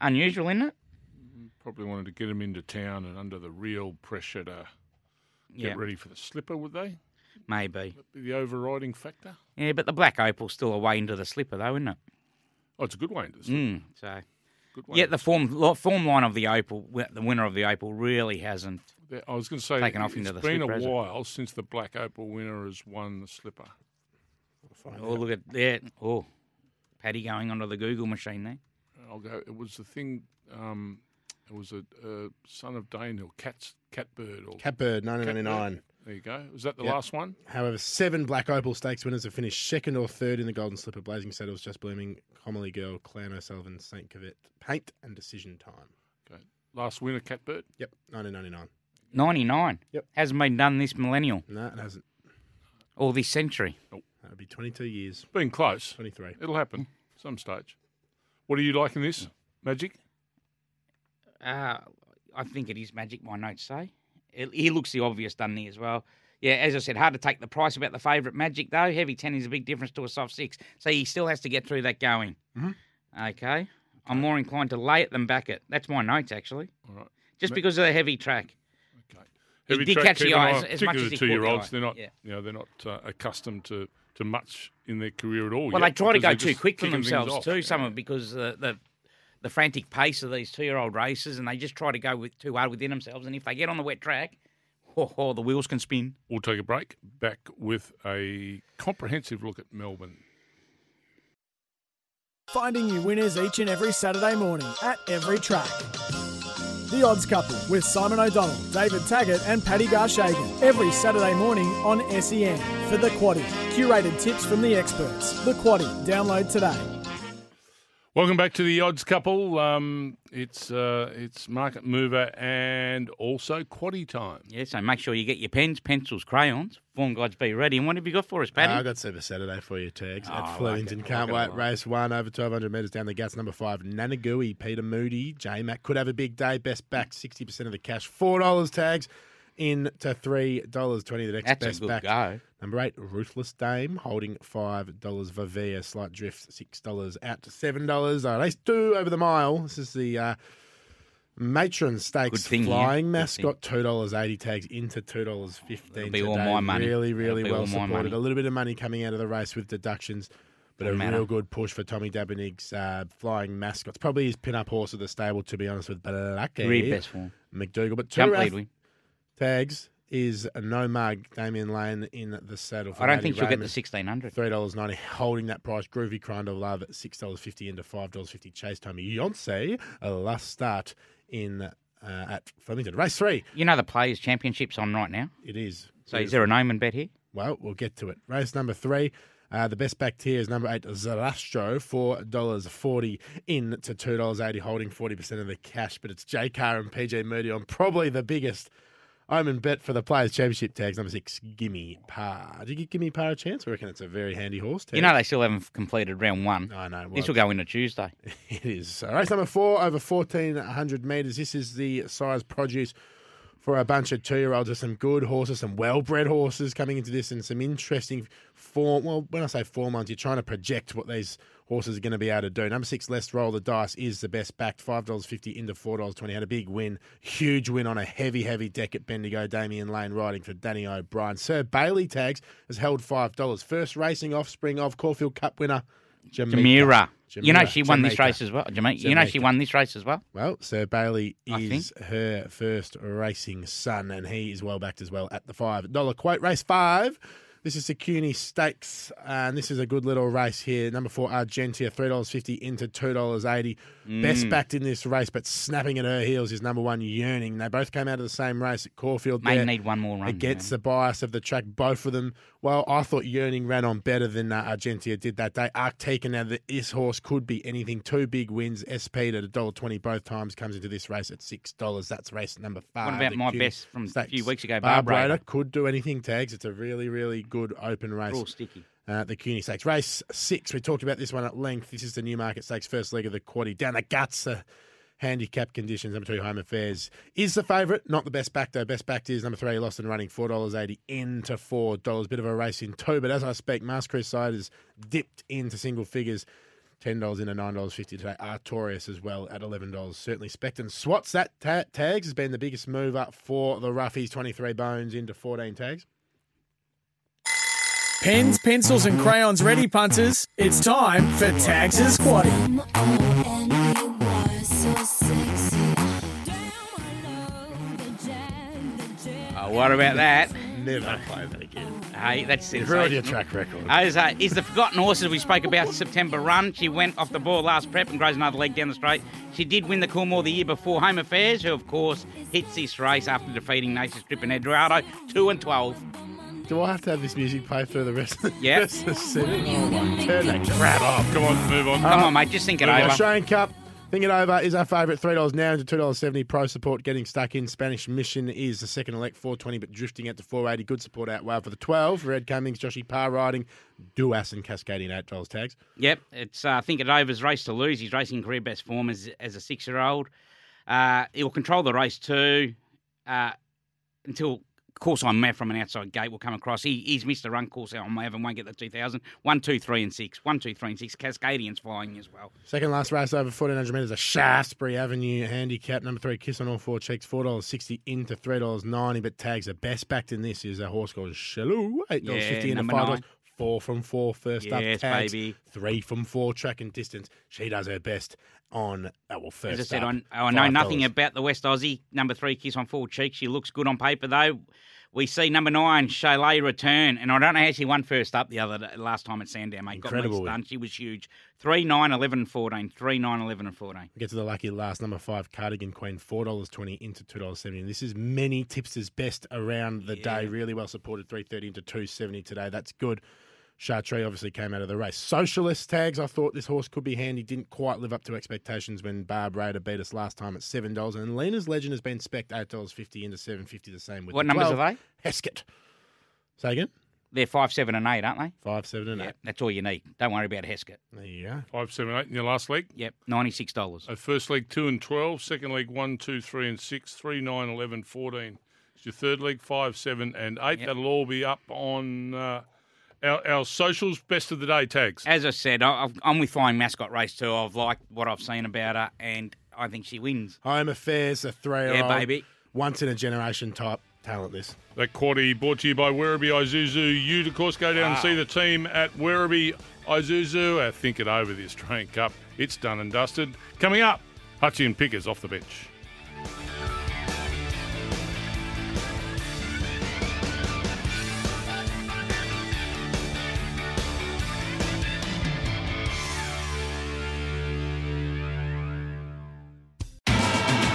Unusual, isn't it?
Probably wanted to get him into town and under the real pressure to get
Yeah,
ready for the slipper, would they?
maybe.
Be the overriding factor?
Yeah, but the Black Opal's still away into the slipper, though, isn't it?
Oh, it's a good way into the slipper.
Mm, so,
Good way
yeah,
into
the form lo- form line of the Opal, wi- the winner of the Opal, really hasn't.
the- I was going to say,
Taken off
it's
into the
been
slipper,
a
has it?
while since the Black Opal winner has won the slipper.
find
Oh,
out.
look at that. Oh, Paddy going onto the Google machine there.
I'll go. It was the thing. Um, it was a uh, son of Danehill, Cat's Catbird or
Catbird,
Catbird.
1999.
There you go. Was that the
Yep.
last one?
However, seven Black Opal Stakes winners have finished second or third in the Golden Slipper, Blazing Saddles, Just Blooming, Commonly Girl, Clan O'Sullivan, St. Cavett, Paint, and Decision Time.
Okay. Last winner, Catbird.
Yep, 1999.
99.
Yep.
Hasn't been done this millennial
No, it hasn't.
or this century.
That would be 22 years,
Been close.
23.
It'll happen some stage. What are you liking this magic?
Uh, I think it is magic, my notes say. It, he looks the obvious, doesn't he, as well? Yeah, as I said, hard to take the price about the favourite magic, though. Heavy 10 is a big difference to a soft 6. So he still has to get through that going. Mm-hmm. Okay. I'm more inclined to lay it than back it. That's my notes, actually.
All right.
Just because of the heavy track.
Okay.
He did
track,
catch the
keep an
eye
eye
as-
on-
as much
particularly the
as he caught the
two-year-olds.
eye.
They're not,
Yeah.
you know, they're not uh, accustomed to, to much in their career at all.
Well,
yet
they try to
because
go
they're
too
just
quick for
kicking things
themselves
off.
too. Some of them because the, the the frantic pace of these two-year-old races, and they just try to go with too hard within themselves. And if they get on the wet track, [laughs] oh, oh, the wheels can spin.
We'll take a break. Back with a comprehensive look at Melbourne.
Finding you winners each and every Saturday morning at every track. The Odds Couple with Simon O'Donnell, David Taggart, and Paddy Garshagen every Saturday morning on SEN for The Quaddy. Curated tips from the experts. The Quaddy. Download today.
Welcome back to the Odds Couple. Um, it's uh, it's market mover and also quaddy time.
Yeah, so make sure you get your pens, pencils, crayons, form guides be ready. And what have you got for us, Paddy?
Uh, I got Super Saturday for you, Tags.
Oh, I like
at Flemington.
it. I like it
Can't
a lot.
wait. Race one over 1,200 metres down the guts. Number five, Nanagui, Peter Moody, J Mac. Could have a big day. Best back, 60% of the cash. $4 tags in to $3.20. The next
That's a
best
good
back.
go.
Number eight, Ruthless Dame, holding $5. Vavia, slight drift, $6. Out to $7. Uh, race two over the mile. This is the. Uh, Matron Stakes
Good thing here.
flying
Good
mascot two dollars eighty tags into two dollars fifteen.
That'll be all
today.
my money.
Really,
That'll
really
be
well
all my
supported.
money.
A little bit of money coming out of the race with deductions, but a
Doesn't matter.
real good push for Tommy Dabinig's uh, flying mascot. It's probably his pin-up horse of the stable, to be honest with Blacky
Read best form.
McDougal. But two
Jump
rath-
lead win.
tags is a no mug. Damien Lane in the saddle. For
I don't
Matty
think she'll get
Raymond.
the sixteen hundred.
Three dollars ninety, holding that price. Groovy Kind of Love at six dollars fifty into five dollars fifty. Chase Tommy Beyonce, a last start in uh, at Flemington. Race three,
You know the Players Championships on right now.
it is.
So is there an omen bet here?
Well, we'll get to it. Race number three. Uh, the best back tier is number eight, Zarastro, four dollars forty in to two dollars eighty, holding forty percent of the cash. But it's J Carr and PJ Moody on probably the biggest omen bet for the Players Championship tags. Number six, Gimme Par. Did you give Gimme Par a chance? I reckon it's a very handy horse. Tag.
You know they still haven't completed round one.
I know.
This
well,
will go into Tuesday.
It is. Uh, race number four over 1,400 metres. This is the size produce for a bunch of two year olds. There's some good horses, some well bred horses coming into this, and some interesting form. Well, when I say form ones, you're trying to project what these horses are going to be able to do. Number six, Let's Roll the Dice is the best backed. $5.50 into $4.20. Had a big win, huge win on a heavy, heavy deck at Bendigo. Damien Lane riding for Danny O'Brien. Sir Bailey Tags has held $5. First racing offspring of Caulfield Cup winner.
Jamira. You know
Jamira.
she won this
Jamaica.
race as well. Jamaica. You know she
Jamaica.
won this race as well.
Well, Sir Bailey
I
is her first racing son, and he is well backed as well at the five dollar quote race five. This is the CUNY Stakes, and this is a good little race here. Number four, Argentia, three dollars fifty into two dollars eighty. Best backed in this race, but snapping at her heels is number one, Yearning. They both came out of the same race at Caulfield.
May
there
need one more run.
against the bias of the track, both of them. Well, I thought Yearning ran on better than uh, Argentia did that day. Arctica, now the, this horse could be anything. Two big wins. SP at $1.20 both times comes into this race at $6. That's race number five.
What about
the
my
Cuny
best from a
Stakes.
few weeks ago,
Barbara
Barbara?
could do anything, tags. It's a really, really good open race
All sticky.
uh, the CUNY Stakes. Race six, we talked about this one at length. This is the Newmarket Stakes, first leg of the quarter. Down the guts, uh, handicap conditions. Number two, Home Affairs is the favourite, not the best back though. Best back is number three, Lost and Running, $4.80 into $4. Bit of a race in two, but as I speak, Mass Crusaders dipped into single figures. Ten dollars into nine dollars fifty today. Artorias as well at eleven dollars. Certainly Specton swats that ta- tags has been the biggest move up for the roughies. Twenty three bones into fourteen tags.
Pens, pencils, and crayons ready, punters. It's time for Tags' Quaddy.
Oh, what about that?
Never play that again.
Uh, Hey, that's it.
You've ruined your track record.
Is, uh, is the forgotten horses we spoke about September run. She went off the ball last prep and grows another leg down the straight. She did win the Coolmore the year before Home Affairs, who of course hits this race after defeating Nature's Strip and Eduardo, two and twelve.
Do I have to have this music play through the rest of the,
Yep.
rest of the city? Oh, Turn that crap off.
Come on, move on.
Come on, mate, just think it
The
over.
Australian Cup. Think it over is our favourite. Three dollars now into two dollars seventy. Pro support getting stuck in. Spanish Mission is the second elect four twenty, but drifting out to four eighty. Good support out wow for the twelve. Red Cummings, Joshy Parr riding, Duas and Cascading eight dollars tags.
Yep, it's uh, I think it over's race to lose. His racing career best form as, as a six year old. Uh, he will control the race too uh, until course on Matt from an outside gate will come across. He, he's missed the run course on Mav and won't get the 2000. One, two, three, and six. One, two, three, and six. Cascadian's flying as well.
Second last race over fourteen hundred metres, a Shaftesbury Avenue handicap number three. Kiss on all four cheeks, four dollars sixty into three dollars ninety. But tags the best backed in this is a horse called Shalou eight dollars fifty
Yeah,
into
number
five dollars.
nine.
Four from four first up
Yes,
tags.
baby.
Three from four track and distance. She does her best on oh, well first.
As I said,
up,
I, I know
$5.
nothing about the West Aussie. Number three, Kiss on Four Cheeks. She looks good on paper, though. We see number nine, Chalet Return. And I don't know how she won first up the other day, last time at Sandown, mate. Got
Incredible.
me stunned. She was huge. 3, 9, 11, and 14. 3, 9, 11, and 14.
We get to the lucky last number five cardigan queen four dollars twenty into two dollars seventy. This is many tipsters best around the day. Really well supported three thirty into two seventy today. That's good. Chartre obviously came out of the race. Socialist tags. I thought this horse could be handy. Didn't quite live up to expectations when Barb Raider beat us last time at seven dollars. And Lena's Legend has been spec eight dollars fifty into seven fifty. The same with
What
the
numbers
12.
are they?
Heskett. Say again.
They're 5, 7, and 8, aren't they?
Five, seven, and
Yep,
eight.
that's all you need. Don't worry about Heskett.
There you go.
Five, seven, eight in your last leg.
Yep, $96.
Uh, first leg two and twelve. Second leg one, two, three, and six. Three, nine, eleven, fourteen. It's your third leg five, seven, and eight.
Yep.
That'll all be up on uh, our, our socials. Best of the day tags.
As I said, I, I've- I'm with Flying Mascot Race 2. I've liked what I've seen about her, and I think she wins.
Home affairs. A three-year-old.
baby.
Once in a generation type talent. This.
That quarter brought to you by Werribee Izuzu. You'd, of course, go down and see the team at Werribee Izuzu. I think it over the Australian Cup. It's done and dusted. Coming up, Hutchie and Pickers off the bench.